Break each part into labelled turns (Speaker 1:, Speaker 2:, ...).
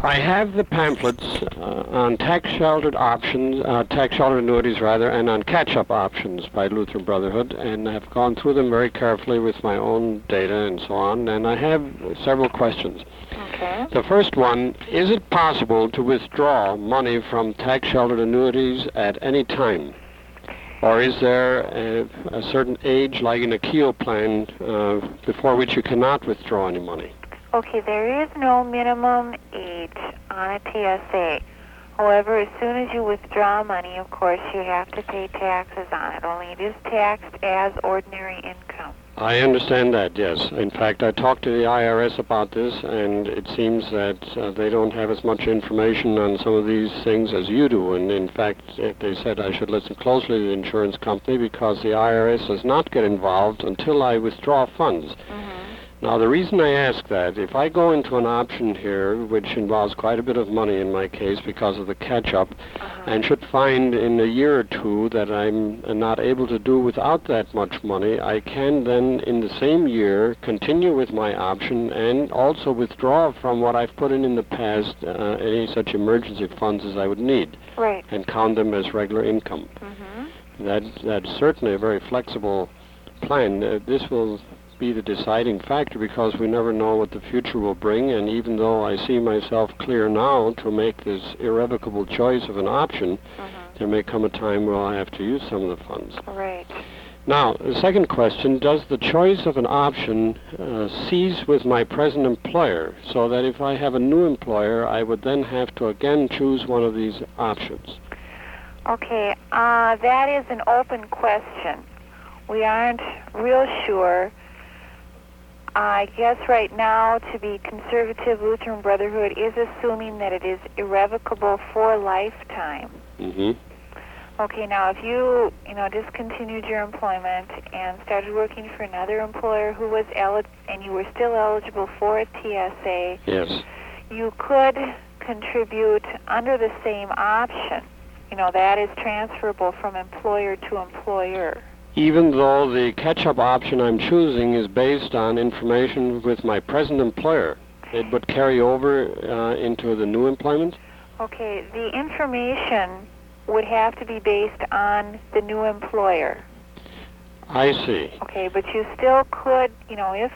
Speaker 1: I have the pamphlets uh, on tax-sheltered options, uh, tax-sheltered annuities rather, and on catch-up options by Lutheran Brotherhood, and I've gone through them very carefully with my own data and so on, and I have several questions.
Speaker 2: Okay.
Speaker 1: The first one, is it possible to withdraw money from tax-sheltered annuities at any time? Or is there a, a certain age, like in a Keel plan, uh, before which you cannot withdraw any money?
Speaker 2: Okay, there is no minimum age on a TSA. However, as soon as you withdraw money, of course, you have to pay taxes on it. Only it is taxed as ordinary income.
Speaker 1: I understand that, yes. In fact, I talked to the IRS about this, and it seems that uh, they don't have as much information on some of these things as you do. And in fact, eh, they said I should listen closely to the insurance company because the IRS does not get involved until I withdraw funds. Now, the reason I ask that, if I go into an option here, which involves quite a bit of money in my case because of the catch up, and should find in a year or two that I'm not able to do without that much money, I can then, in the same year, continue with my option and also withdraw from what I've put in in the past uh, any such emergency funds as I would need
Speaker 2: Right.
Speaker 1: and count them as regular income.
Speaker 2: hmm
Speaker 1: That, that's certainly a very flexible plan. Uh, this will be the deciding factor because we never know what the future will bring. And even though I see myself clear now to make this irrevocable choice of an option, there may come a time where I'll have to use some of the funds.
Speaker 2: Right.
Speaker 1: Now, the second question Does the choice of an option uh, cease with my present employer so that if I have a new employer, I would then have to again choose one of these options?
Speaker 2: Okay, uh, that is an open question. We aren't real sure. I guess right now, to be conservative, Lutheran Brotherhood is assuming that it is irrevocable for lifetime.
Speaker 1: hmm
Speaker 2: Okay, now if you, you know, discontinued your employment and started working for another employer who was eli- and you were still eligible for a TSA,
Speaker 1: Yes.
Speaker 2: you could contribute under the same option. You know, that is transferable from employer to employer.
Speaker 1: even though the catch-up option I'm choosing is based on information with my present employer, it would carry over uh, into the new employment.
Speaker 2: Okay, the information would have to be based on the new employer.
Speaker 1: I see.
Speaker 2: Okay, but you still could, you know, if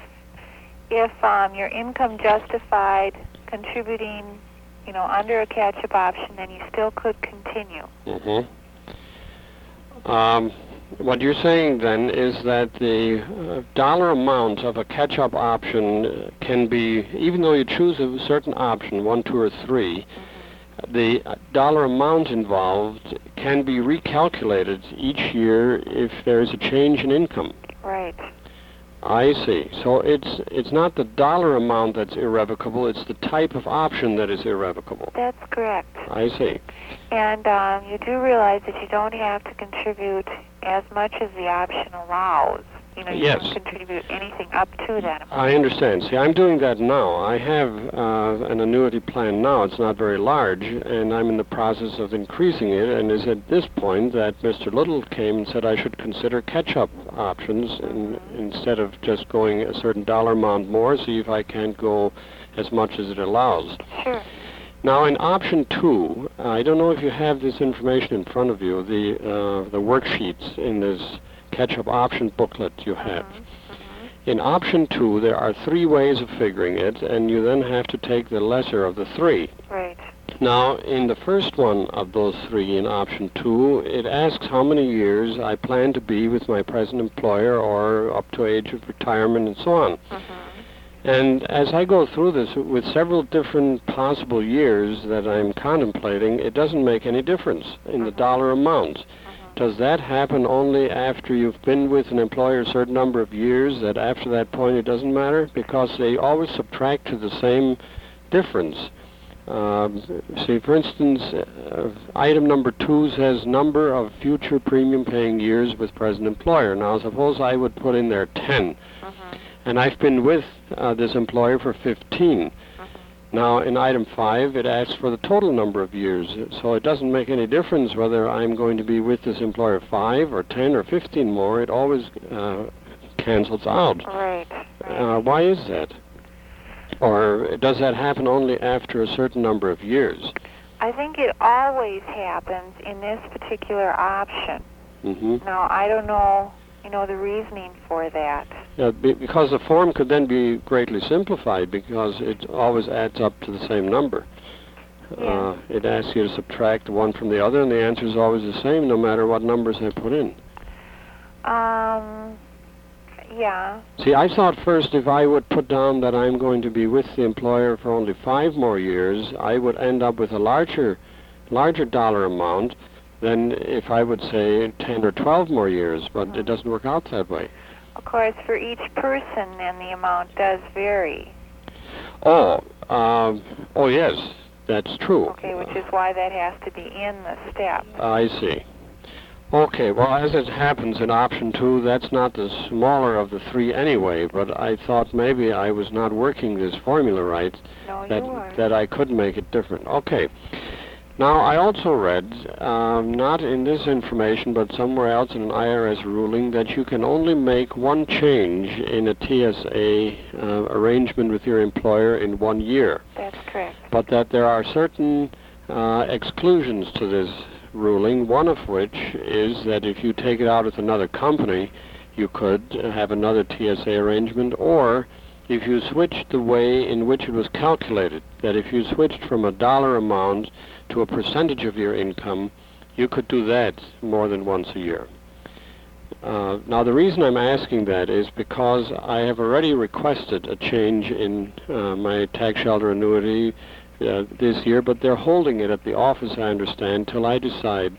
Speaker 2: if um, your income justified contributing, you know, under a catch-up option, then you still could continue.
Speaker 1: Mm-hmm. Um, what you're saying then is that the uh, dollar amount of a catch-up option uh, can be, even though you choose a certain option, one, two, or three, the uh, dollar amount involved can be recalculated each year if there is a change in income.
Speaker 2: Right.
Speaker 1: I see. So it's it's not the dollar amount that's irrevocable, it's the type of option that is irrevocable.
Speaker 2: That's correct.
Speaker 1: I see.
Speaker 2: And um, you do realize that you don't have to contribute as much as the option allows. You know, you
Speaker 1: Yes.
Speaker 2: can contribute anything up to that amount.
Speaker 1: I understand. See, I'm doing that now. I have uh, an annuity plan now. It's not very large, and I'm in the process of increasing it. And it's at this point that Mr. Little came and said I should consider catch-up options in, instead of just going a certain dollar amount more, see if I can't go as much as it allows.
Speaker 2: Sure.
Speaker 1: Now, in option two, uh, I don't know if you have this information in front of you, the, uh, the worksheets in this catch-up option booklet you
Speaker 2: Mm-hmm.
Speaker 1: have.
Speaker 2: Uh-huh.
Speaker 1: In option two, there are three ways of figuring it, and you then have to take the lesser of the three.
Speaker 2: Right.
Speaker 1: Now, in the first one of those three, in option two, it asks how many years I plan to be with my present employer or up to age of retirement and so on.
Speaker 2: Mm-hmm.
Speaker 1: And as I go through this with several different possible years that I'm contemplating, it doesn't make any difference in the dollar amount. Does that happen only after you've been with an employer a certain number of years that after that point it doesn't matter? Because they always subtract to the same difference. Um, see, for instance, uh, item number two says number of future premium paying years with present employer. Now, suppose I would put in there 10, and I've been with uh, this employer for 15. Now, in item five, it asks for the total number of years, so it doesn't make any difference whether I'm going to be with this employer five or 10 or 15 more. It always uh, cancels out.
Speaker 2: Right.
Speaker 1: Uh, why is that? Or does that happen only after a certain number of years?
Speaker 2: I think it always happens in this particular option.
Speaker 1: hmm
Speaker 2: Now, I don't know, you know, the reasoning for that.
Speaker 1: Yeah, Uh, be- because the form could then be greatly simplified because it always adds up to the same number.
Speaker 2: Yeah.
Speaker 1: Uh, it asks you to subtract one from the other, and the answer is always the same no matter what numbers I put in.
Speaker 2: Um, yeah.
Speaker 1: See, I thought first if I would put down that I'm going to be with the employer for only five more years, I would end up with a larger, larger dollar amount than if I would say 10 or 12 more years, but it doesn't work out that way.
Speaker 2: Of course, for each person, then the amount does vary.
Speaker 1: Oh, um, oh yes, that's true.
Speaker 2: Okay, which is why that has to be in the step.
Speaker 1: I see. Okay, well, as it happens in option two, that's not the smaller of the three anyway, but I thought maybe I was not working this formula right,
Speaker 2: No, Oh, you are.
Speaker 1: that, that I could make it different. Okay. Now, I also read, um, not in this information, but somewhere else in an IRS ruling, that you can only make one change in a TSA uh, arrangement with your employer in one year
Speaker 2: That's correct.
Speaker 1: but that there are certain uh, exclusions to this ruling, one of which is that if you take it out with another company, you could uh, have another TSA arrangement, or if you switched the way in which it was calculated, that if you switched from a dollar amount to a percentage of your income, you could do that more than once a year. Uh, now, the reason I'm asking that is because I have already requested a change in uh, my tax shelter annuity uh, this year, but they're holding it at the office, I understand, till I decide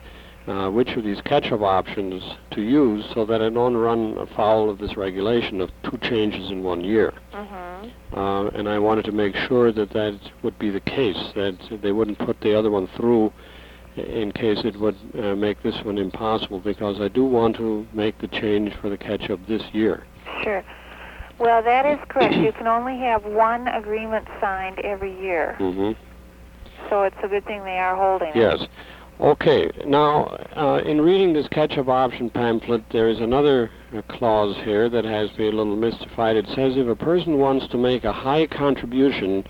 Speaker 1: uh, which of these catch-up options to use so that I don't run afoul of this regulation of two changes in one year.
Speaker 2: Mm-hmm.
Speaker 1: Uh, and I wanted to make sure that that would be the case, that they wouldn't put the other one through in case it would uh, make this one impossible, because I do want to make the change for the catch-up this year.
Speaker 2: Sure. Well, that is correct. you can only have one agreement signed every year,
Speaker 1: Mm-hmm.
Speaker 2: so it's a good thing they are holding it.
Speaker 1: Yes. Okay. Now, uh, in reading this catch-up option pamphlet, there is another uh, clause here that has me a little mystified. It says if a person wants to make a high contribution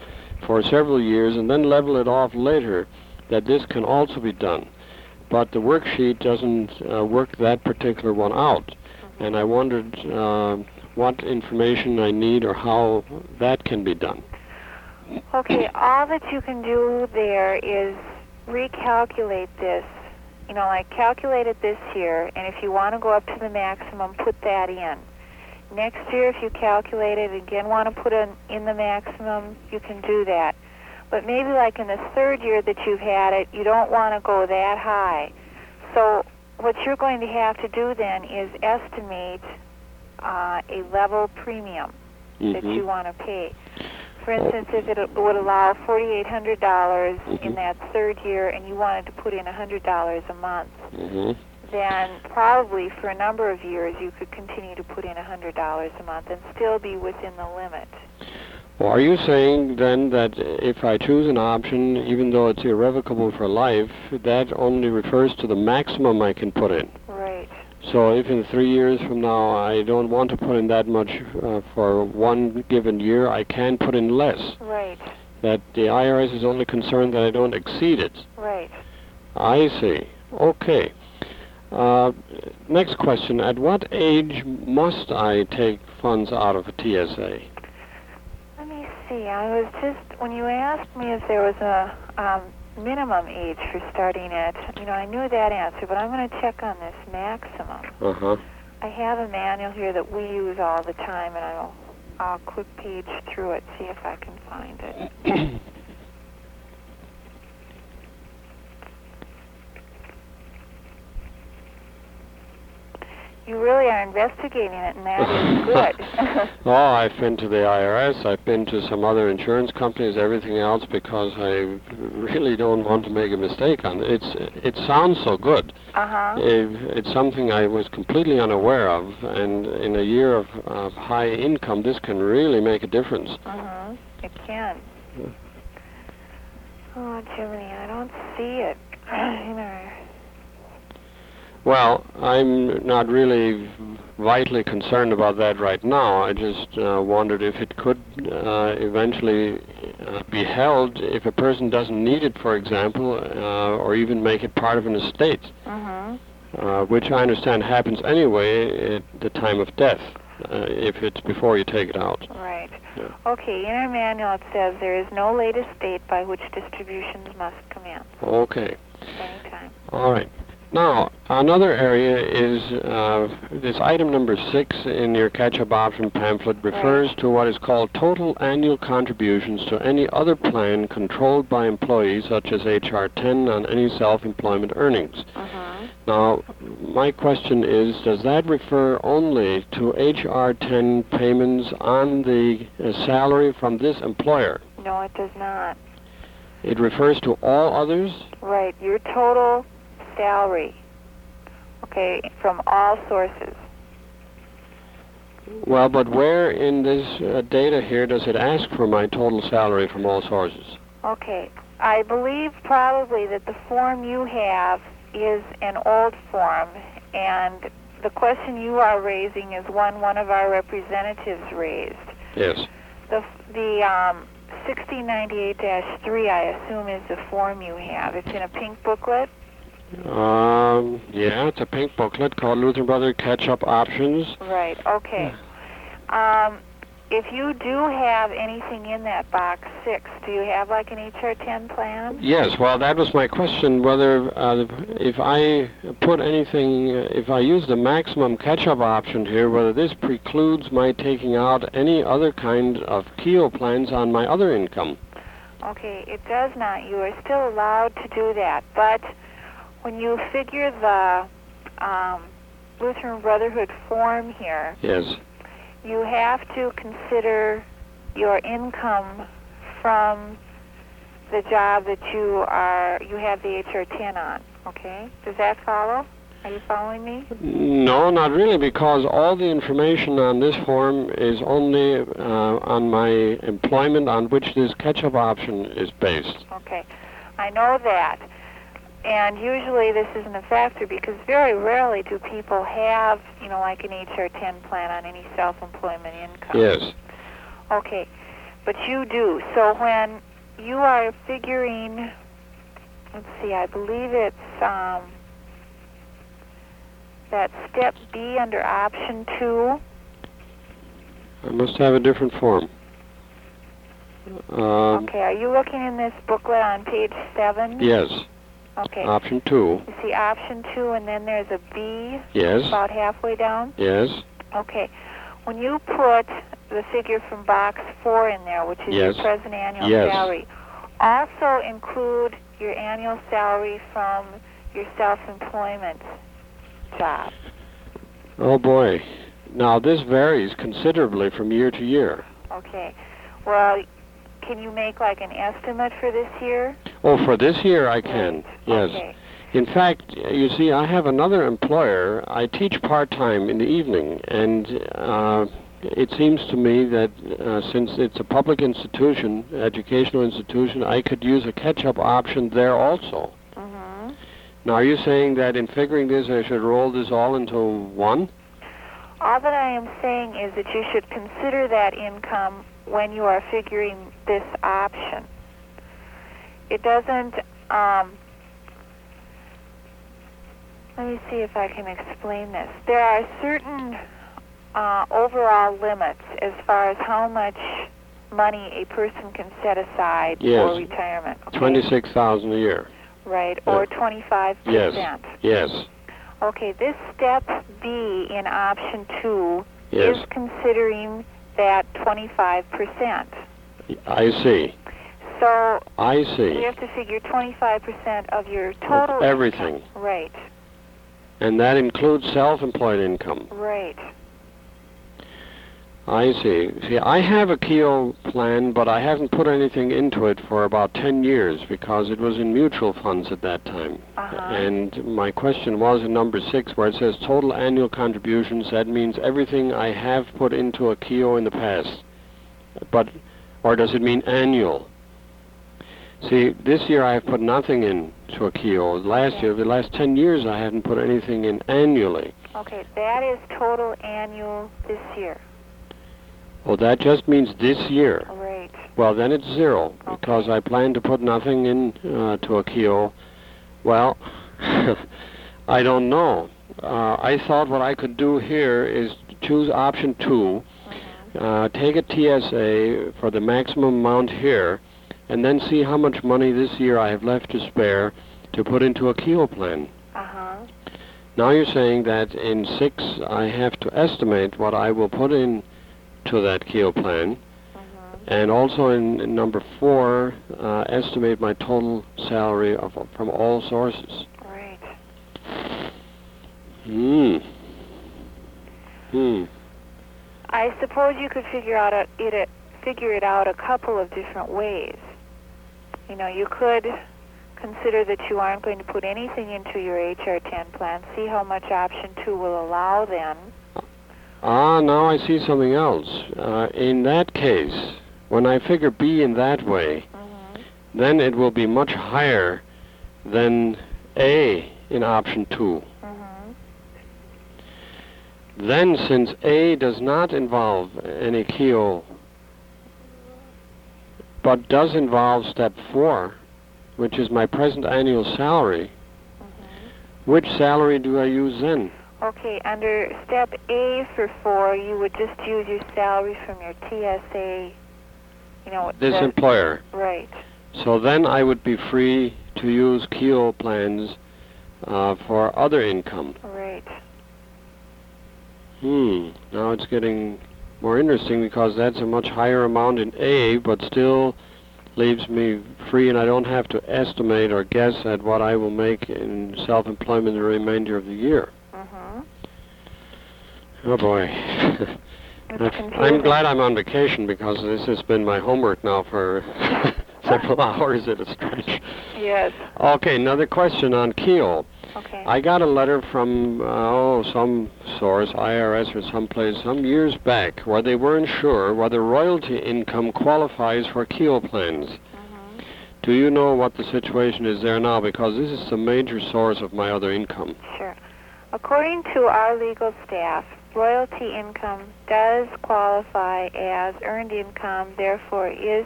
Speaker 1: for several years and then level it off later, that this can also be done. But the worksheet doesn't uh, work that particular one out,
Speaker 2: Mm-hmm.
Speaker 1: and I wondered uh, what information I need or how that can be done.
Speaker 2: Okay, all that you can do there is recalculate this. You know, like calculate it this year, and if you want to go up to the maximum, put that in. Next year, if you calculate it again, want to put in, in the maximum, you can do that. But maybe like in the third year that you've had it, you don't want to go that high. So what you're going to have to do then is estimate uh, a level premium that
Speaker 1: Mhm.
Speaker 2: you want to pay. For instance, if it would allow $4,800 dollars in
Speaker 1: Mhm.
Speaker 2: that third year and you wanted to put in $100 a month,
Speaker 1: Mhm.
Speaker 2: then probably for a number of years you could continue to put in $100 a month and still be within the limit.
Speaker 1: Well, are you saying then that if I choose an option, even though it's irrevocable for life, that only refers to the maximum I can put in?
Speaker 2: Right.
Speaker 1: So if in three years from now I don't want to put in that much uh, for one given year, I can put in less.
Speaker 2: Right.
Speaker 1: That the IRS is only concerned that I don't exceed it.
Speaker 2: Right.
Speaker 1: I see. Okay. Uh, next question. At what age must I take funds out of a TSA?
Speaker 2: Let me see. I was just when you asked me if there was a um, minimum age for starting it. You know, I knew that answer, but I'm going to check on this maximum.
Speaker 1: Uh huh.
Speaker 2: I have a manual here that we use all the time, and I'll I'll quick page through it, see if I can find it. You really are investigating it, and that is good. Uh-huh.
Speaker 1: oh, I've been to the IRS. I've been to some other insurance companies. Everything else because I really don't want to make a mistake on it. It's it sounds so good.
Speaker 2: uh huh.
Speaker 1: It- It's something I was completely unaware of, and in a year of, of high income, this can really make a difference.
Speaker 2: Uh huh. It can. Oh, Jiminy, I don't see it in our
Speaker 1: Well, I'm not really vitally concerned about that right now. I just uh, wondered if it could uh, eventually uh, be held if a person doesn't need it, for example, uh, or even make it part of an estate,
Speaker 2: hmm
Speaker 1: uh, which I understand happens anyway at the time of death, uh, if it's before you take it out.
Speaker 2: Right.
Speaker 1: Yeah.
Speaker 2: Okay, in our manual it says there is no late estate by which distributions must commence.
Speaker 1: Okay.
Speaker 2: Anytime.
Speaker 1: All right. Now, another area is uh, this item number six in your catch-up option pamphlet refers to what is called total annual contributions to any other plan controlled by employees, such as HR 10 on any self-employment earnings.
Speaker 2: hmm
Speaker 1: Mm-hmm. Now, my question is, does that refer only to HR 10 payments on the uh, salary from this employer?
Speaker 2: No, it does not.
Speaker 1: It refers to all others?
Speaker 2: Right, your total salary. Okay, from all sources.
Speaker 1: Well, but where in this uh, data here does it ask for my total salary from all sources?
Speaker 2: Okay, I believe probably that the form you have is an old form, and the question you are raising is one one of our representatives raised.
Speaker 1: Yes.
Speaker 2: The the um, 1698-3, I assume, is the form you have. It's in a pink booklet.
Speaker 1: Um, yeah, it's a pink booklet called Lutheran Brother Catch Up Options.
Speaker 2: Right. Okay. Um, if you do have anything in that box six, do you have like an HR10 plan?
Speaker 1: Yes, well, that was my question whether uh, if I put anything, uh, if I use the maximum catch up option here, whether this precludes my taking out any other kind of KEO plans on my other income.
Speaker 2: Okay, it does not. You are still allowed to do that, but when you figure the um, Lutheran Brotherhood form here,
Speaker 1: Yes.
Speaker 2: you have to consider your income from the job that you are you have the HR10 on. Okay, does that follow? Are you following me?
Speaker 1: No, not really, because all the information on this form is only uh, on my employment on which this catch-up option is based.
Speaker 2: Okay, I know that. And usually this isn't a factor because very rarely do people have, you know, like an HR10 plan on any self-employment income.
Speaker 1: Yes.
Speaker 2: Okay, but you do. So when you are figuring, let's see, I believe it's um, that step B under option two.
Speaker 1: I must have a different form. Um,
Speaker 2: Okay, are you looking in this booklet on page seven?
Speaker 1: Yes.
Speaker 2: Okay.
Speaker 1: Option two.
Speaker 2: You see option two, and then there's a B
Speaker 1: Yes.
Speaker 2: about halfway down.
Speaker 1: Yes.
Speaker 2: Okay. When you put the figure from box four in there, which is
Speaker 1: Yes.
Speaker 2: your present annual
Speaker 1: Yes.
Speaker 2: salary, also include your annual salary from your self-employment job.
Speaker 1: Oh boy. Now this varies considerably from year to year.
Speaker 2: Okay. Well, can you make like an estimate for this year?
Speaker 1: Oh, for this year I can. Yes.
Speaker 2: Okay.
Speaker 1: In fact, you see, I have another employer. I teach part time in the evening, and uh, it seems to me that uh, since it's a public institution, educational institution, I could use a catch up option there also.
Speaker 2: hmm
Speaker 1: Now, are you saying that in figuring this, I should roll this all into one?
Speaker 2: All that I am saying is that you should consider that income when you are figuring this option. It doesn't, um, let me see if I can explain this. There are certain uh, overall limits as far as how much money a person can set aside
Speaker 1: Yes.
Speaker 2: for retirement. okay?
Speaker 1: 26000 a year.
Speaker 2: Right, or 25%.
Speaker 1: Yes.
Speaker 2: Okay, this step B in option two
Speaker 1: Yes.
Speaker 2: is considering that 25%.
Speaker 1: I see.
Speaker 2: So
Speaker 1: I
Speaker 2: you
Speaker 1: see.
Speaker 2: have to figure 25% of your total.
Speaker 1: Of everything.
Speaker 2: income. Right,
Speaker 1: And that includes self employed income.
Speaker 2: right.
Speaker 1: I see. See, I have a Keel plan, but I haven't put anything into it for about 10 years because it was in mutual funds at that time.
Speaker 2: Uh-huh.
Speaker 1: And my question was in number six, where it says total annual contributions. That means everything I have put into a Keel in the past. But, or does it mean annual? See, this year I've put nothing in to a KEO. Last year, the last 10 years, I hadn't put anything in annually.
Speaker 2: Okay, that is total annual this year.
Speaker 1: Well, that just means this year.
Speaker 2: Right.
Speaker 1: Well, then it's zero
Speaker 2: Okay.
Speaker 1: because I plan to put nothing in uh, to a KEO. Well, I don't know. Uh, I thought what I could do here is choose option two, uh, take a TSA for the maximum amount here, and then see how much money this year I have left to spare to put into a KEO plan.
Speaker 2: Uh huh.
Speaker 1: Now you're saying that in six, I have to estimate what I will put in to that KEO plan, and also in, in number four, uh, estimate my total salary of, from all sources.
Speaker 2: Right.
Speaker 1: Hmm. Hmm.
Speaker 2: I suppose you could figure out a, it a, figure it out a couple of different ways. You know, you could consider that you aren't going to put anything into your HR10 plan. See how much option two will allow then.
Speaker 1: Ah, now I see something else. Uh, in that case, when I figure B in that way, then it will be much higher than A in option two.
Speaker 2: Mm-hmm.
Speaker 1: Then, since A does not involve any keel, but does involve step four, which is my present annual salary, which salary do I use then?
Speaker 2: Okay, under step A for four, you would just use your salary from your TSA. You know,
Speaker 1: This
Speaker 2: the-
Speaker 1: employer.
Speaker 2: right.
Speaker 1: So then I would be free to use Keo plans uh, for other income.
Speaker 2: Right.
Speaker 1: Hmm. Now it's getting more interesting because that's a much higher amount in A, but still leaves me free, and I don't have to estimate or guess at what I will make in self-employment the remainder of the year.
Speaker 2: Mm-hmm.
Speaker 1: Oh boy. I'm glad I'm on vacation because this has been my homework now for several hours at a stretch.
Speaker 2: Yes.
Speaker 1: Okay, another question on Keel.
Speaker 2: Okay.
Speaker 1: I got a letter from uh, oh some source, IRS or someplace, some years back, where they weren't sure whether royalty income qualifies for Keel plans. Do you know what the situation is there now? Because this is the major source of my other income.
Speaker 2: Sure. According to our legal staff, royalty income does qualify as earned income, therefore is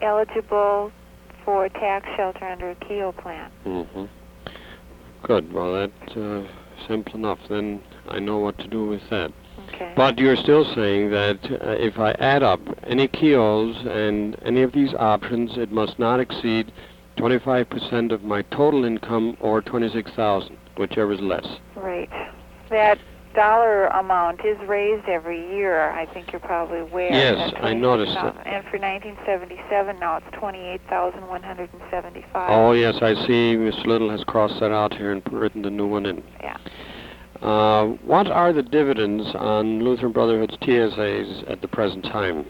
Speaker 2: eligible for tax shelter under a KEO plan.
Speaker 1: Mm-hmm. Good. Well, that's uh, simple enough. Then I know what to do with that.
Speaker 2: Okay.
Speaker 1: But you're still saying that uh, if I add up any kios and any of these options, it must not exceed 25% of my total income or 26,000, whichever is less.
Speaker 2: Right. That dollar amount is raised every year. I think you're probably aware.
Speaker 1: Yes,
Speaker 2: That's
Speaker 1: I noticed that.
Speaker 2: 26,000. And for 1977 now it's 28,175.
Speaker 1: Oh yes, I see. Mr. Little has crossed that out here and written the new one in.
Speaker 2: Yeah.
Speaker 1: Uh, what are the dividends on Lutheran Brotherhood's TSAs at the present time?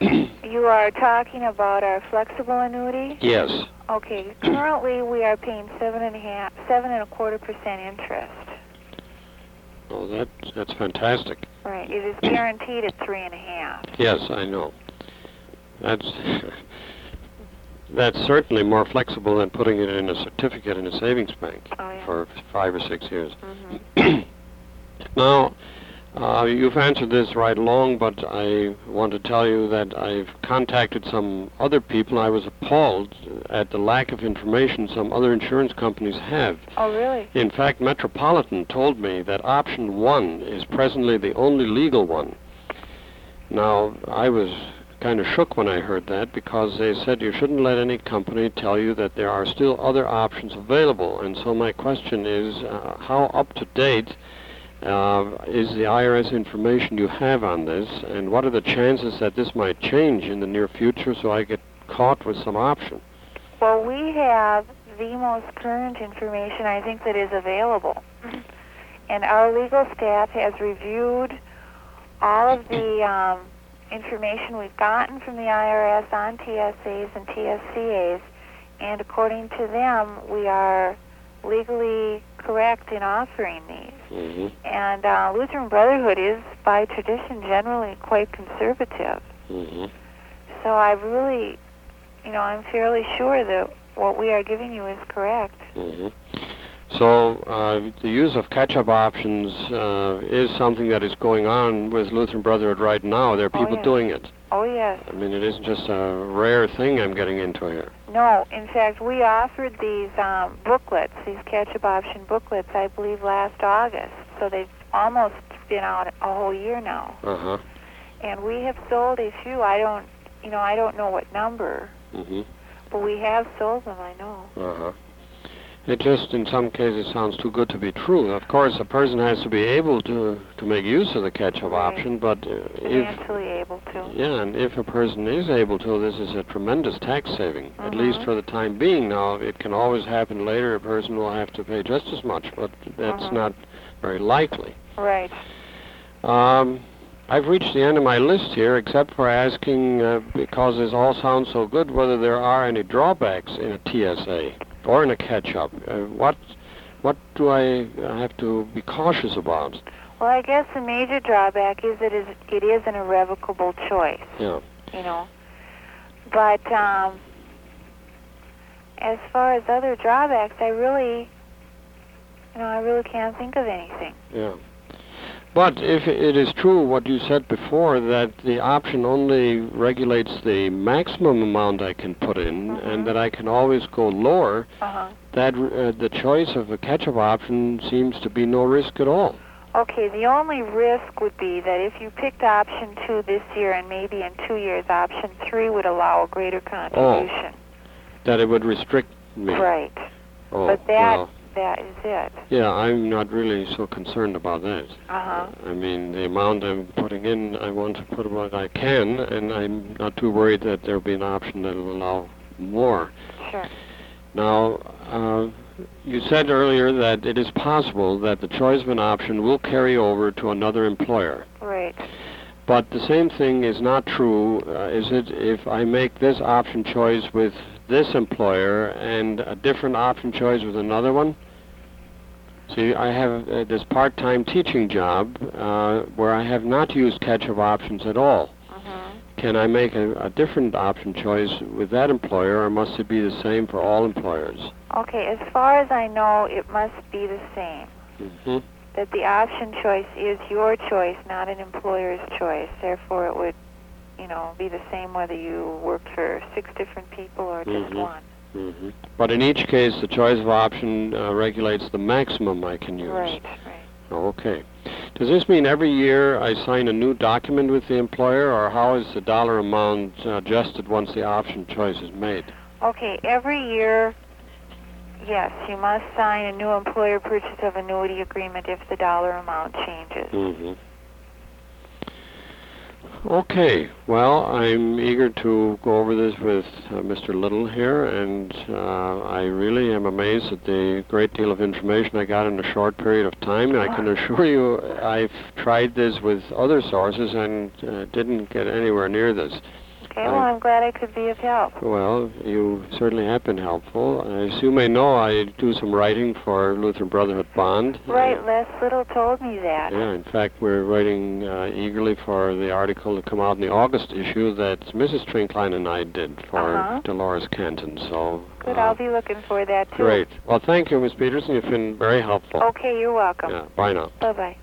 Speaker 2: You are talking about our flexible annuity?
Speaker 1: Yes.
Speaker 2: Okay, currently we are paying seven and a half, seven and a quarter percent interest.
Speaker 1: Oh, that that's fantastic.
Speaker 2: Right, it is guaranteed at three and a half.
Speaker 1: Yes, I know. That's that's certainly more flexible than putting it in a certificate in a savings bank
Speaker 2: Oh, yeah.
Speaker 1: for five or six years.
Speaker 2: hmm
Speaker 1: Now, uh, you've answered this right along, but I want to tell you that I've contacted some other people. I was appalled at the lack of information some other insurance companies have.
Speaker 2: Oh, really?
Speaker 1: In fact, Metropolitan told me that option one is presently the only legal one. Now, I was kind of shook when I heard that because they said you shouldn't let any company tell you that there are still other options available. And so my question is, uh, how up to date uh, is the IRS information you have on this, and what are the chances that this might change in the near future so I get caught with some option?
Speaker 2: Well, we have the most current information I think that is available. And our legal staff has reviewed all of the um, information we've gotten from the IRS on TSAs and TSCAs, and according to them, we are legally correct in offering these.
Speaker 1: hmm
Speaker 2: And uh, Lutheran Brotherhood is, by tradition, generally quite conservative.
Speaker 1: hmm
Speaker 2: So I really you know, I'm fairly sure that what we are giving you is correct.
Speaker 1: hmm So uh, the use of catch-up options uh, is something that is going on with Lutheran Brotherhood right now. There are
Speaker 2: Oh,
Speaker 1: people
Speaker 2: yeah.
Speaker 1: doing it.
Speaker 2: Oh, yes.
Speaker 1: I mean, it isn't just a rare thing I'm getting into here.
Speaker 2: No, in fact, we offered these um, booklets, these catch-up option booklets, I believe last August. So they've almost been out a whole year now.
Speaker 1: Uh huh.
Speaker 2: And we have sold a few. I don't, you know, I don't know what number,
Speaker 1: hmm
Speaker 2: but we have sold them, I know.
Speaker 1: Uh huh. It just, in some cases, sounds too good to be true. Of course, a person has to be able to to make use of the catch-up
Speaker 2: Right.
Speaker 1: option, but uh, if
Speaker 2: Financially able to.
Speaker 1: yeah, and if a person is able to, this is a tremendous tax saving, at least
Speaker 2: Mhm.
Speaker 1: for the time being. Now, it can always happen later. A person will have to pay just as much, but that's
Speaker 2: Mhm.
Speaker 1: not very likely.
Speaker 2: Right.
Speaker 1: Um, I've reached the end of my list here, except for asking, uh, because this all sounds so good, whether there are any drawbacks in a TSA or in a catch-up. Uh, what, what do I have to be cautious about?
Speaker 2: Well, I guess the major drawback is that it is, it is an irrevocable choice.
Speaker 1: Yeah.
Speaker 2: You know. But um, as far as other drawbacks, I really, you know, I really can't think of anything.
Speaker 1: Yeah. But if it is true what you said before that the option only regulates the maximum amount I can put in
Speaker 2: Mhm.
Speaker 1: and that I can always go lower,
Speaker 2: Uh
Speaker 1: that uh, the choice of a catch-up option seems to be no risk at all.
Speaker 2: huh. Okay. The only risk would be that if you picked option two this year, and maybe in two years, option three would allow a greater contribution.
Speaker 1: That it would restrict Ah, me.
Speaker 2: Right.
Speaker 1: Oh,
Speaker 2: but that
Speaker 1: well,
Speaker 2: that is it.
Speaker 1: yeah, I'm not really so concerned about that.
Speaker 2: Uh huh.
Speaker 1: I mean, the amount I'm putting in, I want to put what I can, and I'm not too worried that there'll be an option that will allow more.
Speaker 2: Sure.
Speaker 1: Now, uh, you said earlier that it is possible that the choice of an option will carry over to another employer.
Speaker 2: Right.
Speaker 1: But the same thing is not true, uh, is it, if I make this option choice with this employer and a different option choice with another one? See, I have uh, this part-time teaching job uh, where I have not used catch-up options at all.
Speaker 2: Mhm.
Speaker 1: Can I make a, a different option choice with that employer, or must it be the same for all employers?
Speaker 2: Okay. As far as I know, it must be the same.
Speaker 1: hmm
Speaker 2: that the option choice is your choice, not an employer's choice. Therefore, it would, you know, be the same whether you worked for six different people or just
Speaker 1: Mhm.
Speaker 2: one.
Speaker 1: hmm But in each case, the choice of option uh, regulates the maximum I can use.
Speaker 2: Right, right.
Speaker 1: Okay. Does this mean every year I sign a new document with the employer, or how is the dollar amount uh, adjusted once the option choice is made?
Speaker 2: Okay, every year, yes, you must sign a new employer purchase of annuity agreement if the dollar amount changes.
Speaker 1: Mm-hmm. Okay. Well, I'm eager to go over this with uh, Mr. Little here, and uh, I really am amazed at the great deal of information I got in a short period of time. And I can assure you, I've tried this with other sources and uh, didn't get anywhere near this.
Speaker 2: Okay, well, I'm glad I could be of help.
Speaker 1: Well, you certainly have been helpful. As you may know, I do some writing for Lutheran Brotherhood Bond.
Speaker 2: Right, Les Little told me that.
Speaker 1: Yeah, in fact, we're writing uh, eagerly for the article to come out in the August issue that Mrs. Trinkline and I did for
Speaker 2: Uh-huh.
Speaker 1: Dolores Canton. So
Speaker 2: Good,
Speaker 1: uh,
Speaker 2: I'll be looking for that too. Oh,
Speaker 1: great. Well, thank you, Ms. Peterson. You've been very helpful.
Speaker 2: Okay, you're welcome.
Speaker 1: Yeah, bye now.
Speaker 2: Bye bye.